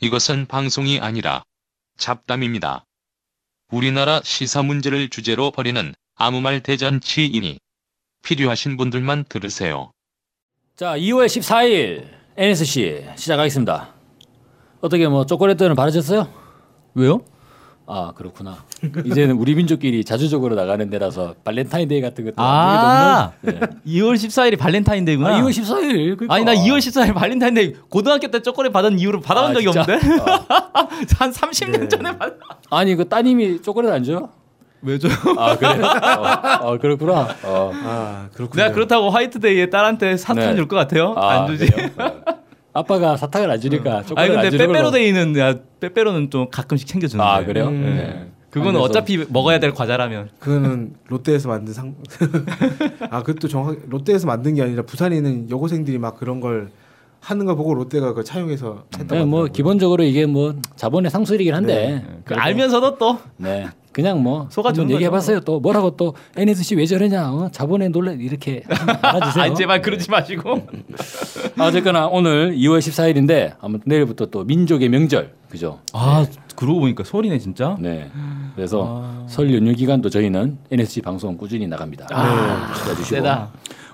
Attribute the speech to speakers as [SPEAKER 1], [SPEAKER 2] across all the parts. [SPEAKER 1] 이것은 방송이 아니라 잡담입니다. 우리나라 시사 문제를 주제로 벌이는 아무 말 대잔치이니 필요하신 분들만 들으세요.
[SPEAKER 2] 자, 2월 14일 NSC 시작하겠습니다. 어떻게 뭐 초콜릿들은 바르셨어요?
[SPEAKER 3] 왜요?
[SPEAKER 2] 아 그렇구나. 이제는 우리 민족끼리 자주적으로 나가는 데라서 발렌타인데이 같은 것도
[SPEAKER 3] 아,
[SPEAKER 2] 완전히 넘는- 네.
[SPEAKER 3] 2월 14일이 발렌타인데이구나.
[SPEAKER 2] 아, 2월 14일. 그러니까.
[SPEAKER 3] 아니 나 2월 14일 발렌타인데이 고등학교 때 초콜릿 받은 이후로 받아본
[SPEAKER 2] 아,
[SPEAKER 3] 적이
[SPEAKER 2] 진짜? 아. 네.
[SPEAKER 3] 없는데 한 30년 전에 받.
[SPEAKER 2] 아니 그 따님이 초콜릿 안 줘요?
[SPEAKER 3] 왜 줘?
[SPEAKER 2] 아 그래. 어, 어, 그렇구나. 어.
[SPEAKER 4] 아 그렇군요.
[SPEAKER 3] 내가 그렇다고 화이트데이에 딸한테 사탕
[SPEAKER 2] 네.
[SPEAKER 3] 줄 것 같아요?
[SPEAKER 2] 아,
[SPEAKER 3] 안 주지. 음.
[SPEAKER 2] 그래요? 어. 아빠가 사탕을 안 주니까 초콜릿
[SPEAKER 3] 아니
[SPEAKER 2] 안
[SPEAKER 3] 근데
[SPEAKER 2] 주는 걸로-
[SPEAKER 3] 빼빼로데이는 야, 빼빼로는 좀 가끔씩 챙겨주는데.
[SPEAKER 2] 아 그래요? 음,
[SPEAKER 4] 음.
[SPEAKER 2] 네.
[SPEAKER 3] 그거는
[SPEAKER 2] 아니, 그래서-
[SPEAKER 3] 어차피 먹어야 될 과자라면.
[SPEAKER 4] 그거는 롯데에서 만든 상. 아 그것도 정확 롯데에서 만든 게 아니라 부산에 있는 여고생들이 막 그런 걸 하는 거 보고 롯데가 그걸 차용해서 했다고.
[SPEAKER 2] 네, 뭐 기본적으로 이게 뭐 자본의 상술이긴 한데
[SPEAKER 3] 그 알면서도 또
[SPEAKER 2] 네. 그냥 뭐 한번
[SPEAKER 3] 속아주는 거죠.
[SPEAKER 2] 얘기해봤어요. 또 뭐라고 또 NSC 왜 저러냐? 어? 자본에 놀래 이렇게 알아주세요.
[SPEAKER 3] 아, 제발 그러지 마시고.
[SPEAKER 2] 어쨌거나 오늘 2월 14일인데 아무튼 내일부터 또 민족의 명절 그죠?
[SPEAKER 3] 아 그러고 보니까 소리네 진짜.
[SPEAKER 2] 네. 그래서 설 연휴 기간도 저희는 NSC 방송 꾸준히 나갑니다. 네. 기대해 주시고.
[SPEAKER 3] 아, 세다.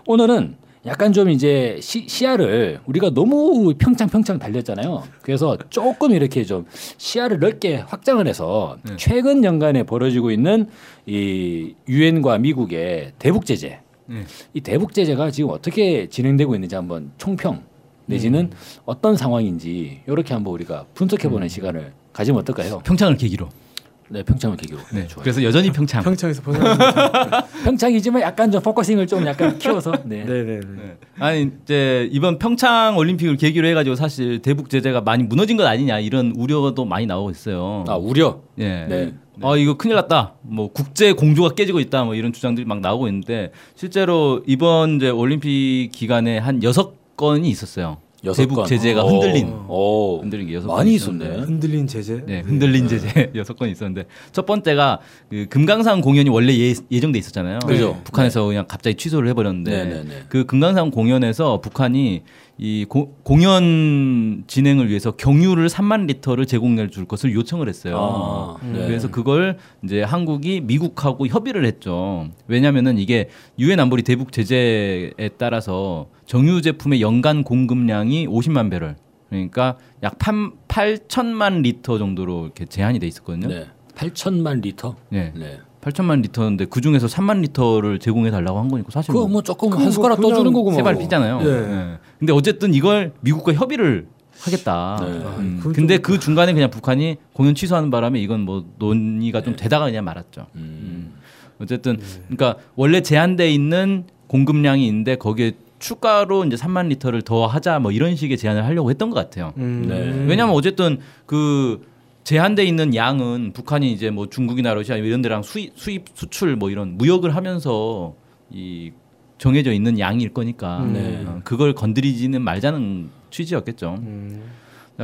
[SPEAKER 2] 오늘은 약간 좀 이제 시, 시야를 우리가 너무 평창평창 달렸잖아요. 그래서 조금 이렇게 좀 시야를 넓게 확장을 해서 최근 연간에 벌어지고 있는 이 유엔과 미국의 대북 제재.
[SPEAKER 3] 네.
[SPEAKER 2] 이 대북 제재가 지금 어떻게 진행되고 있는지 한번 총평 내지는 어떤 상황인지 이렇게 한번 우리가 분석해 보는 시간을 가지면 어떨까요?
[SPEAKER 3] 평창을 계기로.
[SPEAKER 2] 네, 평창을 계기로. 네, 좋아요.
[SPEAKER 3] 그래서 여전히 평창.
[SPEAKER 4] 평창에서 벗어나.
[SPEAKER 2] 평창이지만 약간 좀 포커싱을 좀 약간 키워서 네.
[SPEAKER 4] 네네네.
[SPEAKER 3] 아니 이제 이번 평창 올림픽을 계기로 해가지고 사실 대북 제재가 많이 무너진 것 아니냐 이런 우려도 많이 나오고 있어요.
[SPEAKER 2] 아, 우려.
[SPEAKER 3] 예.
[SPEAKER 2] 네.
[SPEAKER 3] 아 이거 큰일 났다. 뭐 국제 공조가 깨지고 있다. 뭐 이런 주장들이 막 나오고 있는데 실제로 이번 이제 올림픽 기간에 한 여섯 건이 있었어요.
[SPEAKER 2] 여섯
[SPEAKER 3] 대북
[SPEAKER 2] 건.
[SPEAKER 3] 제재가
[SPEAKER 2] 오.
[SPEAKER 3] 흔들린
[SPEAKER 2] 오.
[SPEAKER 3] 흔들린 게 여섯
[SPEAKER 2] 많이
[SPEAKER 3] 건이
[SPEAKER 2] 있었네.
[SPEAKER 4] 흔들린 제재.
[SPEAKER 3] 네, 흔들린 제재 여섯 건이 있었는데 첫 번째가 그 금강산 공연이 원래 예, 정돼 있었잖아요.
[SPEAKER 2] 네. 그죠.
[SPEAKER 3] 북한에서 그냥 갑자기 취소를
[SPEAKER 2] 네,
[SPEAKER 3] 해버렸는데
[SPEAKER 2] 네, 네.
[SPEAKER 3] 그 금강산 공연에서 북한이 이 고- 공연 진행을 위해서 경유를 3만 리터를 제공해 줄 것을 요청을 했어요.
[SPEAKER 2] 아, 네.
[SPEAKER 3] 그래서 그걸 이제 한국이 미국하고 협의를 했죠. 왜냐면은 이게 유엔 안보리 대북 제재에 따라서 정유 제품의 연간 공급량이 50만 배럴. 그러니까 약 8천만 리터 정도로 이렇게 제한이 돼 있었거든요.
[SPEAKER 2] 네. 8천만 리터.
[SPEAKER 3] 네.
[SPEAKER 2] 네.
[SPEAKER 3] 8천만 리터인데 그 중에서 3만 리터를 제공해 달라고 한 거니까 사실
[SPEAKER 2] 그거
[SPEAKER 3] 뭐
[SPEAKER 2] 뭐 조금
[SPEAKER 4] 그거
[SPEAKER 2] 한 숟가락
[SPEAKER 4] 그냥
[SPEAKER 2] 떠주는 뭐. 거구만.
[SPEAKER 3] 세발 피잖아요.
[SPEAKER 4] 예.
[SPEAKER 3] 예. 근데 어쨌든 이걸 미국과 협의를 하겠다.
[SPEAKER 2] 네.
[SPEAKER 3] 음,
[SPEAKER 4] 그건
[SPEAKER 3] 근데 그 중간에 그냥 북한이 공연 취소하는 바람에 이건 뭐 논의가 좀 되다가 그냥 말았죠.
[SPEAKER 2] 네. 음.
[SPEAKER 3] 어쨌든 그러니까 원래 제한돼 있는 공급량이 있는데 거기에 추가로 이제 3만 리터를 더 하자 뭐 이런 식의 제안을 하려고 했던 것 같아요.
[SPEAKER 4] 음.
[SPEAKER 2] 네.
[SPEAKER 3] 왜냐하면 어쨌든 그 제한돼 있는 양은 북한이 이제 뭐 중국이나 러시아 이런 데랑 수입, 수입 수출 뭐 이런 무역을 하면서 이 정해져 있는 양일 거니까
[SPEAKER 2] 음.
[SPEAKER 4] 네.
[SPEAKER 3] 어, 그걸 건드리지는 말자는 취지였겠죠.
[SPEAKER 4] 음.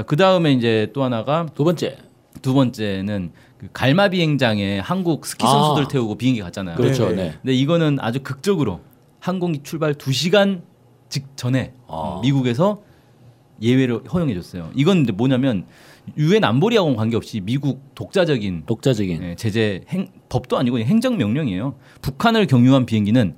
[SPEAKER 3] 그 다음에 이제 또 하나가
[SPEAKER 2] 두 번째.
[SPEAKER 3] 두 번째는 그 갈마 비행장에 한국 스키 선수들
[SPEAKER 2] 아.
[SPEAKER 3] 태우고 비행기 갔잖아요.
[SPEAKER 2] 그렇죠.
[SPEAKER 4] 네,
[SPEAKER 2] 네.
[SPEAKER 4] 네.
[SPEAKER 3] 근데 이거는 아주 극적으로 항공기 출발 2시간 직전에
[SPEAKER 2] 아.
[SPEAKER 3] 음, 미국에서 예외를 허용해 줬어요. 이건 이제 뭐냐면 유엔 안보리하고는 관계없이 미국 독자적인
[SPEAKER 2] 독자적인.
[SPEAKER 3] 예, 제재 행, 법도 아니고 행정 명령이에요. 북한을 경유한 비행기는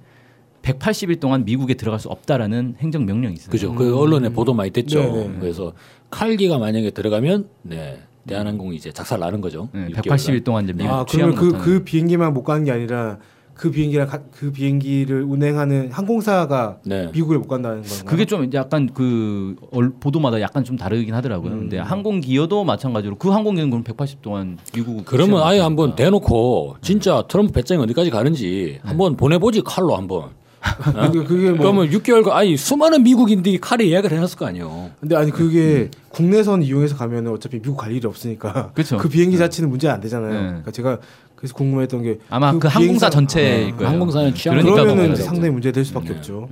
[SPEAKER 3] 180일 동안 미국에 들어갈 수 없다라는 행정 명령이 있어요.
[SPEAKER 2] 그죠. 그 언론에 보도 많이 됐죠.
[SPEAKER 4] 네, 네.
[SPEAKER 2] 그래서 칼기가 만약에 들어가면 네. 대한항공이 이제 작살 나는 거죠.
[SPEAKER 3] 예,
[SPEAKER 2] 6개월 간.
[SPEAKER 3] 180일 동안 이제 미국
[SPEAKER 4] 아
[SPEAKER 3] 취항을
[SPEAKER 4] 그러면 그
[SPEAKER 3] 못하는.
[SPEAKER 4] 그 비행기만 못 가는 게 아니라 그 비행기랑 가, 그 비행기를 운행하는 항공사가
[SPEAKER 2] 네.
[SPEAKER 4] 미국에 못 간다는 건가요?
[SPEAKER 3] 그게 좀 이제 약간 그 얼- 보도마다 약간 좀 다르긴 하더라고요. 근데 항공기여도 마찬가지로 그 항공기는 그럼 180 동안 미국
[SPEAKER 2] 그러면 아예
[SPEAKER 3] 취항을
[SPEAKER 2] 한번 대놓고
[SPEAKER 3] 네.
[SPEAKER 2] 진짜 트럼프 배짱이 어디까지 가는지 한번 보내보지 칼로 한번.
[SPEAKER 4] 그게, 그게 뭐
[SPEAKER 2] 그러면 6개월간 아니 수많은 미국인들이 칼에 예약을 해놨을 거 아니에요.
[SPEAKER 4] 근데 아니 그게 국내선 이용해서 가면 어차피 미국 갈 일이 없으니까
[SPEAKER 3] 음. 그쵸.
[SPEAKER 4] 그 비행기 자체는 문제 안 되잖아요.
[SPEAKER 3] 네.
[SPEAKER 4] 그러니까 제가 그래서 궁금했던 게
[SPEAKER 3] 아마 그, 항공사 전체일 거예요.
[SPEAKER 2] 아, 항공사는 취향
[SPEAKER 3] 네, 그러니까
[SPEAKER 4] 그러면은
[SPEAKER 3] 뭐
[SPEAKER 4] 상당히 문제 될 수밖에 없죠.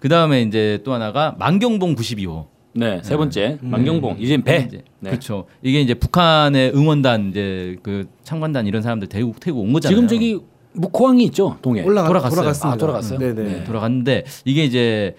[SPEAKER 3] 그 다음에 이제 또 하나가 만경봉 92호.
[SPEAKER 2] 네, 세 번째 만경봉 이젠 배.
[SPEAKER 3] 이제
[SPEAKER 2] 네.
[SPEAKER 3] 음. 그렇죠. 이게 이제 북한의 응원단 이제 그 창관단 이런 사람들 태국 태국 온 거잖아요.
[SPEAKER 2] 지금 저기 묵호항이 있죠 동해.
[SPEAKER 4] 네. 올라가
[SPEAKER 3] 돌아갔어요.
[SPEAKER 4] 돌아갔습니다.
[SPEAKER 2] 아, 돌아갔어요?
[SPEAKER 4] 네네.
[SPEAKER 2] 네.
[SPEAKER 3] 돌아갔는데 이게 이제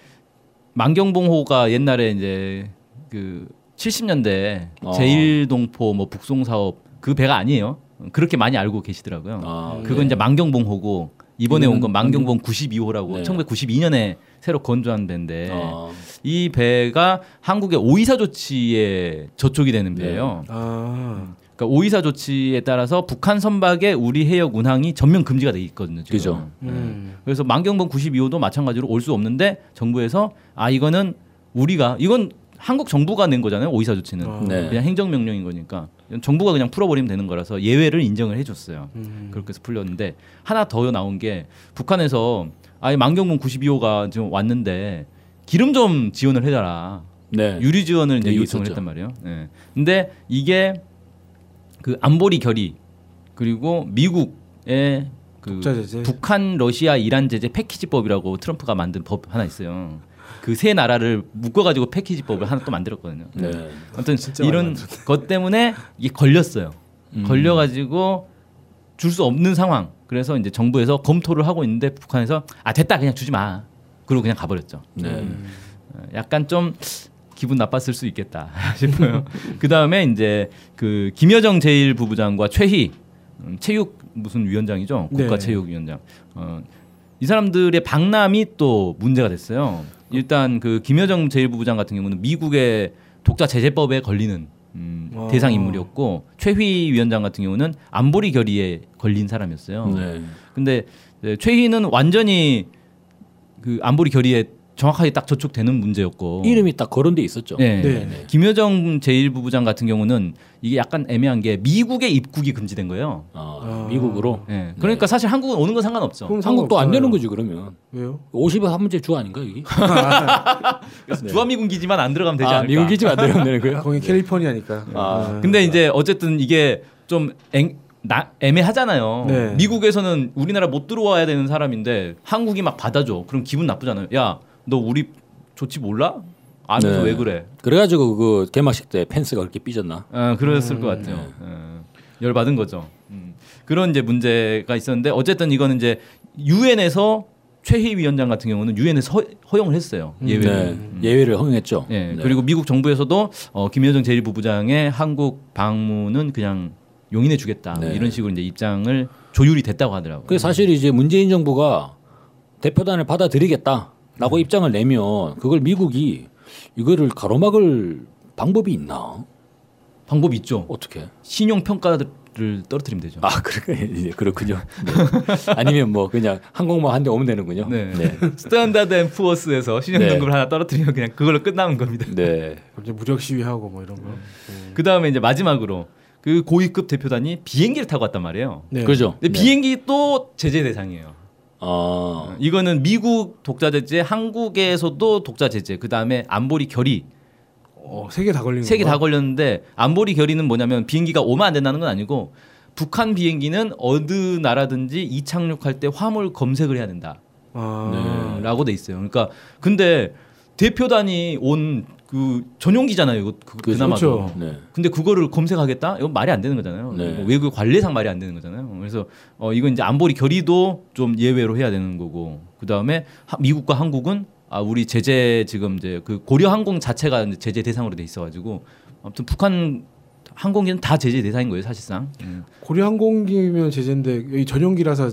[SPEAKER 3] 만경봉호가 옛날에 이제 그 70년대
[SPEAKER 2] 어.
[SPEAKER 3] 제일 동포 뭐 북송 사업 그 배가 아니에요. 그렇게 많이 알고 계시더라고요.
[SPEAKER 2] 아,
[SPEAKER 3] 어, 그건 이제 망경봉호고 이번에 온 건
[SPEAKER 2] 음,
[SPEAKER 3] 망경봉 92호라고
[SPEAKER 2] 네.
[SPEAKER 3] 1992년에 새로 건조한 배인데
[SPEAKER 2] 어,
[SPEAKER 3] 이 배가 한국의 오이사 조치에 저촉이 되는
[SPEAKER 2] 네.
[SPEAKER 3] 배예요.
[SPEAKER 4] 아,
[SPEAKER 3] 그러니까 오이사 조치에 따라서 북한 선박의 우리 해역 운항이 전면 금지가 돼 있거든요. 지금.
[SPEAKER 2] 그죠.
[SPEAKER 4] 음.
[SPEAKER 3] 그래서 만경봉 92호도 마찬가지로 올 수 없는데 정부에서 아 이거는 우리가 이건 한국 정부가 낸 거잖아요. 오이사 조치는
[SPEAKER 4] 아.
[SPEAKER 2] 네.
[SPEAKER 3] 그냥 행정명령인 거니까 이건 정부가 그냥 풀어버리면 되는 거라서 예외를 인정을 해줬어요.
[SPEAKER 4] 음.
[SPEAKER 3] 그렇게 해서 풀렸는데 하나 더 나온 게 북한에서 아예 만경봉 92호가 지금 왔는데 기름 좀 지원을 해달라.
[SPEAKER 2] 네.
[SPEAKER 3] 유리 지원을 이제
[SPEAKER 2] 네,
[SPEAKER 3] 요청을
[SPEAKER 2] 있었죠.
[SPEAKER 3] 했단 말이에요. 예. 근데 이게 그 안보리 결의 그리고 미국의 그
[SPEAKER 4] 독자 제재.
[SPEAKER 3] 북한, 러시아, 이란 제재 패키지법이라고 트럼프가 만든 법 하나 있어요. 그 세 나라를 묶어가지고 패키지법을 하나 또 만들었거든요.
[SPEAKER 2] 네.
[SPEAKER 3] 아무튼
[SPEAKER 4] 진짜 많이
[SPEAKER 3] 이런 것 때문에 이게 걸렸어요.
[SPEAKER 2] 음.
[SPEAKER 3] 걸려가지고 줄 수 없는 상황. 그래서 이제 정부에서 검토를 하고 있는데 북한에서 아 됐다 그냥 주지 마. 그리고 그냥 가버렸죠.
[SPEAKER 2] 네.
[SPEAKER 3] 어, 약간 좀 기분 나빴을 수 있겠다 싶어요. 그 다음에 이제 그 김여정 제일 부부장과 최희 음, 체육 무슨 위원장이죠
[SPEAKER 4] 네.
[SPEAKER 3] 국가체육위원장. 어, 이 사람들의 박람이 또 문제가 됐어요. 일단 그 김여정 제일 부부장 같은 경우는 미국의 독자 제재법에 걸리는 음,
[SPEAKER 4] 어.
[SPEAKER 3] 대상 인물이었고 최희 위원장 같은 경우는 안보리 결의에 걸린 사람이었어요.
[SPEAKER 2] 네.
[SPEAKER 3] 근데 이제 최희는 완전히 그 안보리 결의에 정확하게 딱 저촉되는 문제였고
[SPEAKER 2] 이름이 딱 거론돼 있었죠.
[SPEAKER 3] 네.
[SPEAKER 4] 네.
[SPEAKER 3] 김여정 제1부부장 같은 경우는 이게 약간 애매한 게 미국의 입국이 금지된 거예요.
[SPEAKER 2] 아,
[SPEAKER 4] 아.
[SPEAKER 2] 미국으로.
[SPEAKER 3] 예. 그러니까 사실 한국은 오는 건 상관없죠.
[SPEAKER 4] 그럼
[SPEAKER 2] 한국도 안
[SPEAKER 4] 상관없잖아요.
[SPEAKER 2] 되는 거지 그러면.
[SPEAKER 3] 네.
[SPEAKER 4] 왜요?
[SPEAKER 2] 50에 한 문제 주 아닌가 여기?
[SPEAKER 3] 그래서 주한미군 기지만 안 들어가면 되지
[SPEAKER 2] 아,
[SPEAKER 3] 않을까.
[SPEAKER 2] 미국 기지가 안 되면 되는 거예요?
[SPEAKER 4] 거기 캘리포니아니까.
[SPEAKER 2] 아,
[SPEAKER 3] 네. 근데 이제 어쨌든 이게 좀 앵- 나- 애매하잖아요.
[SPEAKER 4] 네.
[SPEAKER 3] 미국에서는 우리나라 못 들어와야 되는 사람인데 한국이 막 받아줘. 그럼 기분 나쁘잖아요. 야, 너 우리 조치 몰라? 아면서
[SPEAKER 2] 네.
[SPEAKER 3] 왜 그래?
[SPEAKER 2] 그래가지고 그 개막식 때 펜스가 그렇게 삐졌나?
[SPEAKER 3] 아, 그랬을
[SPEAKER 2] 음,
[SPEAKER 3] 것 같아요.
[SPEAKER 2] 네.
[SPEAKER 3] 어, 열 받은 거죠. 음. 그런 이제 문제가 있었는데 어쨌든 이거는 이제 유엔에서 최희 위원장 같은 경우는 유엔에서 허용을 했어요. 예외로.
[SPEAKER 2] 네. 예외를 허용했죠.
[SPEAKER 3] 예,
[SPEAKER 2] 네.
[SPEAKER 3] 그리고 미국 정부에서도 어, 김여정 제1부부장의 한국 방문은 그냥 용인해주겠다
[SPEAKER 2] 네.
[SPEAKER 3] 이런 식으로 이제 입장을 조율이 됐다고 하더라고요.
[SPEAKER 2] 그 사실 이제 문재인 정부가 대표단을 받아들이겠다라고 입장을 내면 그걸 미국이 이거를 가로막을 방법이 있나?
[SPEAKER 3] 방법 이 있죠.
[SPEAKER 2] 어떻게?
[SPEAKER 3] 신용 평가를 떨어뜨리면 되죠.
[SPEAKER 2] 아, 그래 이제 그렇군요. 네. 아니면 뭐 그냥 항공모 한대 오면 되는군요.
[SPEAKER 3] 네.
[SPEAKER 2] 네.
[SPEAKER 3] 스탠다드 앤 푸어스에서 신용
[SPEAKER 2] 네.
[SPEAKER 3] 등급을 하나 떨어뜨리면 그냥 그걸로 끝나는 겁니다.
[SPEAKER 2] 네.
[SPEAKER 4] 이제 무력 시위하고 뭐 이런 거.
[SPEAKER 3] 그 다음에 이제 마지막으로 그 고위급 대표단이 비행기를 타고 왔단 말이에요.
[SPEAKER 4] 네.
[SPEAKER 2] 그죠?
[SPEAKER 3] 근데 비행기 또 제재 대상이에요.
[SPEAKER 2] 아.
[SPEAKER 3] 이거는 미국 독자 제재, 한국에서도 독자 제재, 그 다음에 안보리 결의
[SPEAKER 4] 어, 세 개 다 걸린 거.
[SPEAKER 3] 세 개 다 걸렸는데 안보리 결의는 뭐냐면 비행기가 오면 안 된다는 건 아니고 북한 비행기는 어느 나라든지 이착륙할 때 화물 검색을 해야 된다라고
[SPEAKER 4] 아.
[SPEAKER 3] 돼 있어요. 그러니까 근데 대표단이 온 그 전용기잖아요. 이거 그,
[SPEAKER 2] 그죠.
[SPEAKER 3] 그나마도
[SPEAKER 4] 그렇죠.
[SPEAKER 2] 네.
[SPEAKER 3] 근데 그거를 검색하겠다? 이건 말이 안 되는 거잖아요.
[SPEAKER 2] 네.
[SPEAKER 3] 뭐 외교 관례상 말이 안 되는 거잖아요. 그래서 어, 이건 이제 안보리 결의도 좀 예외로 해야 되는 거고 그 다음에 미국과 한국은 아 우리 제재 지금 이제 그 고려 항공 자체가 이제 제재 대상으로 돼 있어가지고 아무튼 북한 항공기는 다 제재 대상인 거예요 사실상. 음.
[SPEAKER 4] 고려 항공기면 제재인데 여기 전용기라서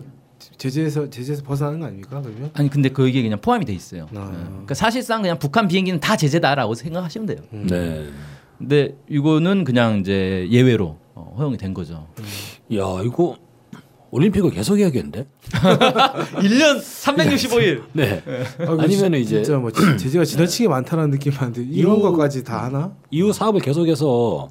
[SPEAKER 4] 제재에서 제재에서 벗어나는 거 아닙니까? 그러면?
[SPEAKER 3] 아니 근데 그게 그냥 포함이 돼 있어요.
[SPEAKER 4] 아.
[SPEAKER 3] 네. 그러니까 사실상 그냥 북한 비행기는 다 제재다라고 생각하시면 돼요.
[SPEAKER 4] 음.
[SPEAKER 2] 네.
[SPEAKER 3] 근데 이거는 그냥 이제 예외로 어, 허용이 된 거죠.
[SPEAKER 2] 야, 이거 올림픽을 계속 해야겠는데?
[SPEAKER 3] 1년 365일.
[SPEAKER 2] 네.
[SPEAKER 4] 아, 이거
[SPEAKER 2] 아니면은
[SPEAKER 4] 진-
[SPEAKER 2] 이제-
[SPEAKER 4] 진짜 뭐 지- 제재가 지나치게 많다는 느낌이 드는데 이런
[SPEAKER 2] 요-
[SPEAKER 4] 것까지 다 하나?
[SPEAKER 2] 이후 사업을 계속해서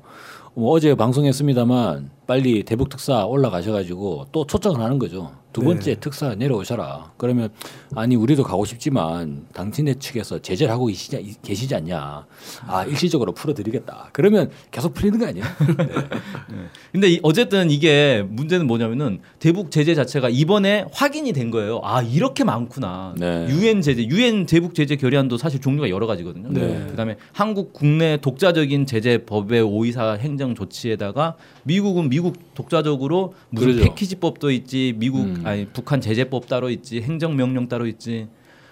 [SPEAKER 2] 뭐 어제 방송했습니다만 빨리 대북 특사 올라가셔가지고 또 초청을 하는 거죠. 두
[SPEAKER 4] 네.
[SPEAKER 2] 번째 특사 내려오셔라. 그러면 아니 우리도 가고 싶지만 당신네 측에서 제재를 하고 계시지, 계시지 않냐. 아 일시적으로 풀어드리겠다. 그러면 계속 풀리는 거 아니에요?
[SPEAKER 3] 예. 근데 이- 어쨌든 이게 문제는 뭐냐면은 대북 제재 자체가 이번에 확인이 된 거예요. 아 이렇게 많구나.
[SPEAKER 2] 네.
[SPEAKER 3] 유엔 제재, 유엔 대북 제재 결의안도 사실 종류가 여러 가지거든요.
[SPEAKER 4] 네.
[SPEAKER 3] 그다음에 한국 국내 독자적인 제재 법의 오이사 행정 조치에다가 미국은 미국 독자적으로 무슨
[SPEAKER 2] 그러죠. 음.
[SPEAKER 3] 패키지법도 있지, 미국 아니 북한 제재법 따로 있지, 행정 명령 따로 있지.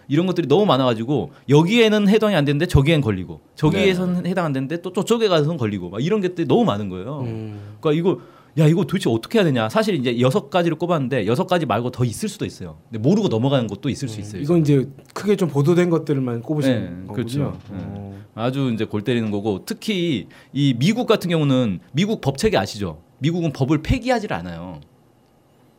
[SPEAKER 3] 이런 것들이 너무 많아가지고 여기에는 해당이 안 되는데 저기엔 걸리고 저기에선
[SPEAKER 2] 네.
[SPEAKER 3] 해당 안 되는데 또 저쪽에 가서는 걸리고 막 이런 것들이 너무 많은
[SPEAKER 4] 음.
[SPEAKER 2] 음.
[SPEAKER 3] 거예요. 그러니까 이거 야 이거 도대체 어떻게 해야 되냐? 사실 이제 여섯 가지를 꼽았는데 여섯 가지 말고 더 있을 수도 있어요. 근데 모르고 넘어가는 것도 있을 수 있어요.
[SPEAKER 4] 음, 이건 이제 크게 좀 보도된 것들만 꼽으시는
[SPEAKER 3] 네,
[SPEAKER 4] 거군요. 어.
[SPEAKER 3] 그렇죠. 아주 이제 골 때리는 거고 특히 이 미국 같은 경우는 미국 법 체계 아시죠? 미국은 법을 폐기하지를 않아요.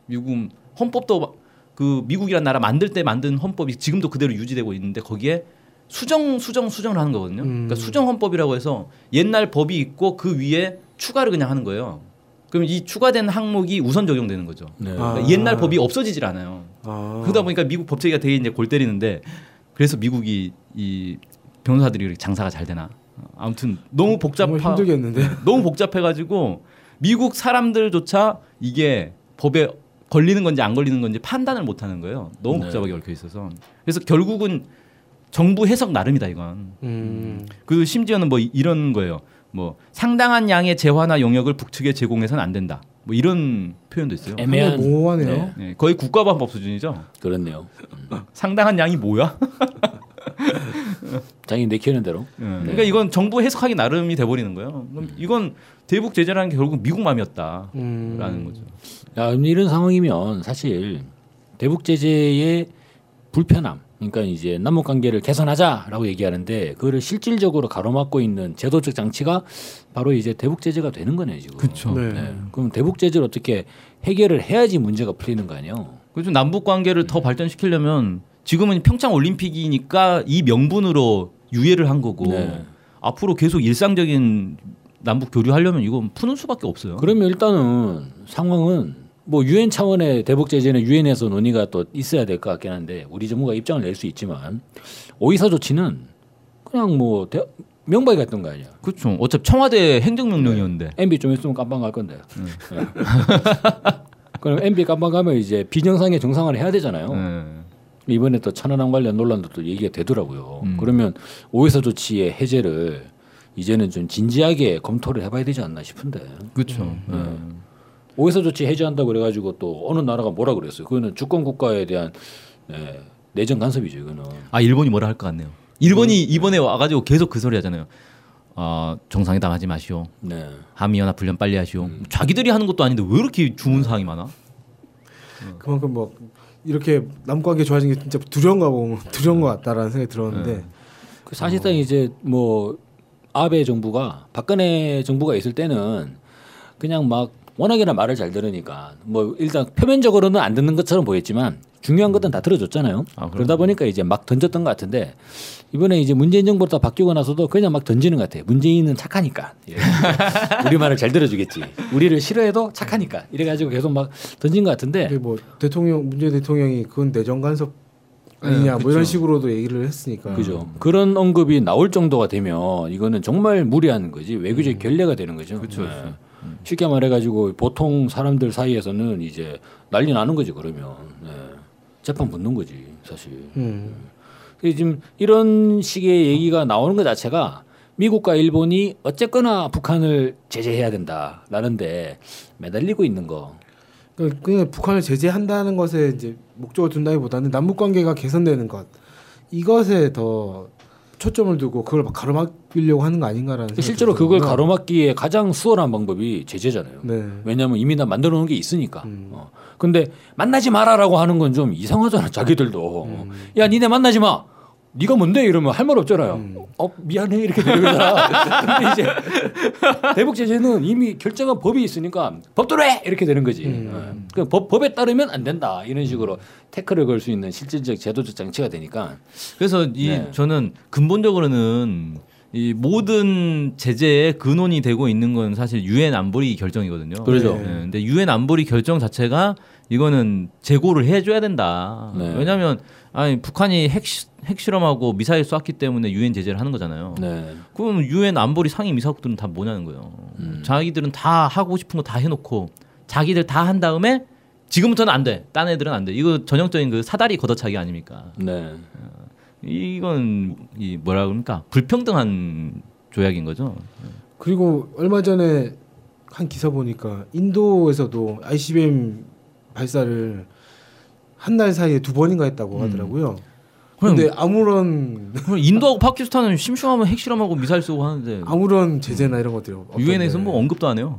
[SPEAKER 3] 미국은 헌법도 그 미국이란 나라 만들 때 만든 헌법이 지금도 그대로 유지되고 있는데 거기에 수정 수정 수정을 하는 거거든요.
[SPEAKER 4] 음.
[SPEAKER 3] 그러니까 수정 헌법이라고 해서 옛날 법이 있고 그 위에 추가를 그냥 하는 거예요. 그럼 이 추가된 항목이 우선 적용되는 거죠.
[SPEAKER 2] 네.
[SPEAKER 4] 아.
[SPEAKER 3] 그러니까 옛날 법이 없어지질 않아요.
[SPEAKER 4] 아.
[SPEAKER 3] 그러다 보니까 미국 법제기가 되게 이제 골 때리는데 그래서 미국이 이 변호사들이 이렇게 장사가 잘 되나 아무튼 너무 복잡하
[SPEAKER 4] 어, 정말 힘들겠는데.
[SPEAKER 3] 너무 복잡해가지고 미국 사람들조차 이게 법에 걸리는 건지 안 걸리는 건지 판단을 못 하는 거예요 너무
[SPEAKER 2] 네.
[SPEAKER 3] 복잡하게 얽혀 있어서 그래서 결국은 정부 해석 나름이다 이건
[SPEAKER 4] 음.
[SPEAKER 3] 그 심지어는 뭐 이- 이런 거예요. 뭐 상당한 양의 재화나 용역을 북측에 제공해서는 안 된다. 뭐 이런 표현도 있어요.
[SPEAKER 2] 애매한
[SPEAKER 4] 상당히 아, 모호하네요.
[SPEAKER 2] 네,
[SPEAKER 3] 네, 거의 국가보안법 수준이죠. 예.
[SPEAKER 2] 그렇네요.
[SPEAKER 3] 상당한 양이 뭐야?
[SPEAKER 2] 자기 내키는 대로.
[SPEAKER 3] 예, 그러니까 이건 정부 해석하기 나름이 돼버리는 거예요. 그럼 이건 대북 제재라는 게 결국 미국 맘이었다라는
[SPEAKER 4] 음.
[SPEAKER 3] 거죠.
[SPEAKER 2] 야, 근데 이런 상황이면 사실 대북 제재의 불편함, 그러니까 이제 남북 관계를 개선하자라고 얘기하는데 그거를 실질적으로 가로막고 있는 제도적 장치가 바로 이제 대북 제재가 되는 거네요 지금.
[SPEAKER 3] 그렇죠.
[SPEAKER 4] 네.
[SPEAKER 2] 네. 그럼 대북 제재를 어떻게 해결을 해야지 문제가 풀리는 거 아니에요?
[SPEAKER 3] 그래서 남북 관계를 더 발전시키려면 지금은 평창 올림픽이니까 이 명분으로 유예를 한 거고
[SPEAKER 2] 네.
[SPEAKER 3] 앞으로 계속 일상적인 남북 교류하려면 이건 푸는 수밖에 없어요.
[SPEAKER 2] 그러면 일단은 상황은 뭐 유엔 차원의 대북 제재는 유엔에서 논의가 또 있어야 될 것 같긴 한데 우리 정부가 입장을 낼 수 있지만 오이사 조치는 그냥 뭐 대- 명백히 갔던 거 아니야?
[SPEAKER 3] 그렇죠. 어차피 청와대 행정명령이었는데.
[SPEAKER 2] MB 좀 있으면 깜방 갈 건데. 네. 그럼 MB 깜방 가면 이제 비정상의 정상화를 해야 되잖아요.
[SPEAKER 3] 네.
[SPEAKER 2] 이번에 또 천안함 관련 논란도 또 얘기가 되더라고요.
[SPEAKER 3] 음.
[SPEAKER 2] 그러면 오해서 조치의 해제를 이제는 좀 진지하게 검토를 해봐야 되지 않나 싶은데
[SPEAKER 3] 그렇죠.
[SPEAKER 2] 오해서 조치 해제한다고 그래가지고 또 어느 나라가 뭐라 그랬어요. 그거는 주권 국가에 대한 네, 내정 간섭이죠. 이거는
[SPEAKER 3] 아 일본이 뭐라 할 것 같네요. 일본이 이번에 와가지고 계속 그 소리 하잖아요. 아 정상회담 하지 마시오.
[SPEAKER 2] 네.
[SPEAKER 3] 한미연합 훈련 빨리 하시오.
[SPEAKER 2] 음.
[SPEAKER 3] 자기들이 하는 것도 아닌데 왜 이렇게 주문 사항이 많아?
[SPEAKER 4] 그만큼 뭐 이렇게 남관계 좋아진 게 진짜 두려운가 보면 두려운 것 같다라는 생각이 들었는데
[SPEAKER 3] 네.
[SPEAKER 2] 그 사실상 이제 뭐 아베 정부가 박근혜 정부가 있을 때는 그냥 막 워낙에나 말을 잘 들으니까 뭐 일단 표면적으로는 안 듣는 것처럼 보였지만 중요한 것은 다 들어줬잖아요.
[SPEAKER 3] 아, 그럼요.
[SPEAKER 2] 그러다 보니까 이제 막 던졌던 것 같은데 이번에 이제 문재인 정부가 다 바뀌고 나서도 그냥 막 던지는 것 같아요. 문재인은 착하니까 예. 우리 말을 잘 들어주겠지. 우리를 싫어해도 착하니까 이래 가지고 계속 막 던진 것 같은데
[SPEAKER 3] 네.
[SPEAKER 4] 근데 뭐 대통령 문재인 대통령이 그건 내정 간섭 아니냐
[SPEAKER 3] 네,
[SPEAKER 4] 뭐 이런
[SPEAKER 3] 그쵸.
[SPEAKER 4] 식으로도 얘기를
[SPEAKER 3] 음.
[SPEAKER 4] 했으니까
[SPEAKER 2] 그죠. 그런 언급이 나올 정도가 되면 이거는 정말 무리한 거지 외교적 결례가 되는 거죠.
[SPEAKER 3] 음.
[SPEAKER 2] 네.
[SPEAKER 3] 그쵸, 그쵸.
[SPEAKER 2] 쉽게 말해가지고 보통 사람들 사이에서는 이제 난리 나는 거지 그러면 네. 재판 붙는 거지 사실.
[SPEAKER 4] 음.
[SPEAKER 2] 그래서 지금 이런 식의 얘기가 나오는 것 자체가 미국과 일본이 어쨌거나 북한을 제재해야 된다라는데 매달리고 있는 거.
[SPEAKER 4] 그러니까 그냥 북한을 제재한다는 것에 이제 목적을 둔다기보다는 남북 관계가 개선되는 것 이것에 더 초점을 두고 그걸 막 가로막으려고 하는 거 아닌가라는 생각이
[SPEAKER 2] 실제로
[SPEAKER 4] 들거든요.
[SPEAKER 2] 그걸 가로막기에 가장 수월한 방법이 제재잖아요.
[SPEAKER 4] 네.
[SPEAKER 2] 왜냐하면 이미 다 만들어 놓은 게 있으니까.
[SPEAKER 4] 음.
[SPEAKER 2] 어. 근데 만나지 마라라고 하는 건 좀 이상하잖아. 자기들도.
[SPEAKER 4] 음.
[SPEAKER 2] 야, 니네 만나지 마. 네가 뭔데 이러면 할 말 없잖아요.
[SPEAKER 4] 음.
[SPEAKER 2] 어, 미안해 이렇게 되는 거잖아. 근데 이제 대북 제재는 이미 결정한 법이 있으니까 법대로 해 이렇게 되는 거지.
[SPEAKER 4] 음.
[SPEAKER 2] 어. 그 법, 법에 따르면 안 된다 이런 식으로 태클을 걸 수 있는 실질적 제도적 장치가 되니까.
[SPEAKER 3] 그래서 이
[SPEAKER 2] 네.
[SPEAKER 3] 저는 근본적으로는 이 모든 제재의 근원이 되고 있는 건 사실 유엔 안보리 결정이거든요.
[SPEAKER 2] 그렇죠.
[SPEAKER 3] 네, 근데 유엔 안보리 결정 자체가 이거는 제고를 해줘야 된다.
[SPEAKER 2] 네.
[SPEAKER 3] 왜냐하면 아니 북한이 핵, 핵실험하고 미사일 쐈기 때문에 유엔 제재를 하는
[SPEAKER 4] 어.
[SPEAKER 3] 거잖아요.
[SPEAKER 2] 네.
[SPEAKER 3] 그럼 유엔 안보리 상임 이사국들은 다 뭐냐는 거예요. 자기들은 다 하고 싶은 거 다 해놓고 자기들 다 한 다음에 지금부터는 안 돼. 딴 애들은 안 돼. 이거 전형적인 그 사다리 걷어차기 아닙니까?
[SPEAKER 2] 네.
[SPEAKER 3] 이건 이 뭐라 그럽니까 불평등한 조약인 거죠.
[SPEAKER 4] 그리고 얼마 전에 한 기사 보니까 인도에서도 ICBM 발사를 한 달 사이에 두 번인가 했다고 하더라고요. 근데 아무런
[SPEAKER 3] 그럼 인도하고 파키스탄은 심심하면 핵실험하고 미사일 쏘고 하는데
[SPEAKER 4] 아무런 제재나 이런 것들이 없.
[SPEAKER 3] 유엔에서 뭐 언급도 안 해요.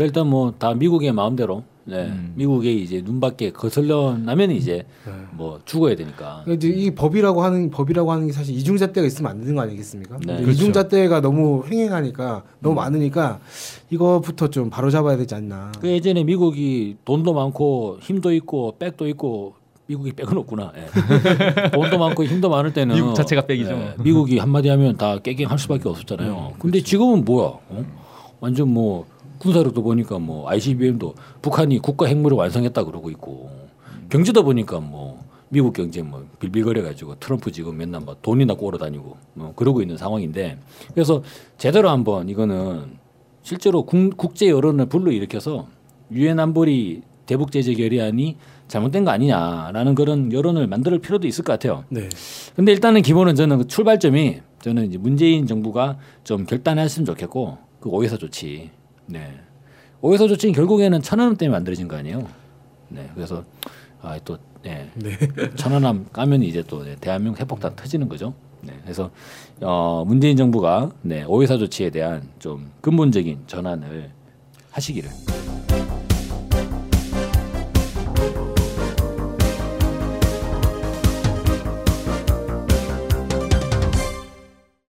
[SPEAKER 2] 일단 뭐 다 미국의 마음대로 네.
[SPEAKER 3] 음.
[SPEAKER 2] 미국의 이제 눈밖에 거슬려 나면 이제
[SPEAKER 4] 네.
[SPEAKER 2] 뭐 죽어야 되니까
[SPEAKER 4] 그러니까 이제 이 법이라고 하는 법이라고 하는 게 사실 이중잣대가 있으면 안 되는 거 아니겠습니까?
[SPEAKER 2] 네.
[SPEAKER 4] 근데
[SPEAKER 2] 그렇죠. 음.
[SPEAKER 4] 이중잣대가 너무 횡행하니까 너무 많으니까 이거부터 좀 바로 잡아야 되지 않나.
[SPEAKER 2] 그 예전에 미국이 돈도 많고 힘도 있고 백도 있고 미국이 백은 없구나. 예. 돈도 많고 힘도 많을 때는 예,
[SPEAKER 3] 미국 자체가 백이죠. 음,
[SPEAKER 2] 미국이 한마디 하면 다 깨갱할 수밖에 없었잖아요.
[SPEAKER 3] 그렇죠.
[SPEAKER 2] 근데 지금은 뭐야? 어? 완전 뭐 군사력도 보니까 뭐 ICBM도 북한이 국가 핵무를 완성했다 그러고 있고 경제도 보니까 뭐 미국 경제 뭐 빌빌거려 가지고 트럼프 지금 맨날 막 돈이나 꼬러 다니고 뭐 그러고 있는 상황인데 그래서 제대로 한번 이거는 실제로 국, 국제 여론을 불러일으켜서 유엔 안보리 대북 제재 결의안이 잘못된 거 아니냐라는 그런 여론을 만들 필요도 있을 것 같아요.
[SPEAKER 4] 네.
[SPEAKER 2] 근데 일단은 기본은 저는 그 출발점이 저는 이제 문재인 정부가 좀 결단했으면 좋겠고 그 오해사 조치. 네. 오해사 조치는 결국에는 천안함 때문에 만들어진 거 아니에요. 네. 그래서 아 또 네. 천안함 까면 이제 또 네, 대한민국 핵폭탄 터지는 거죠. 네. 그래서 어 문재인 정부가 네, 오해사 조치에 대한 좀 근본적인 전환을 하시기를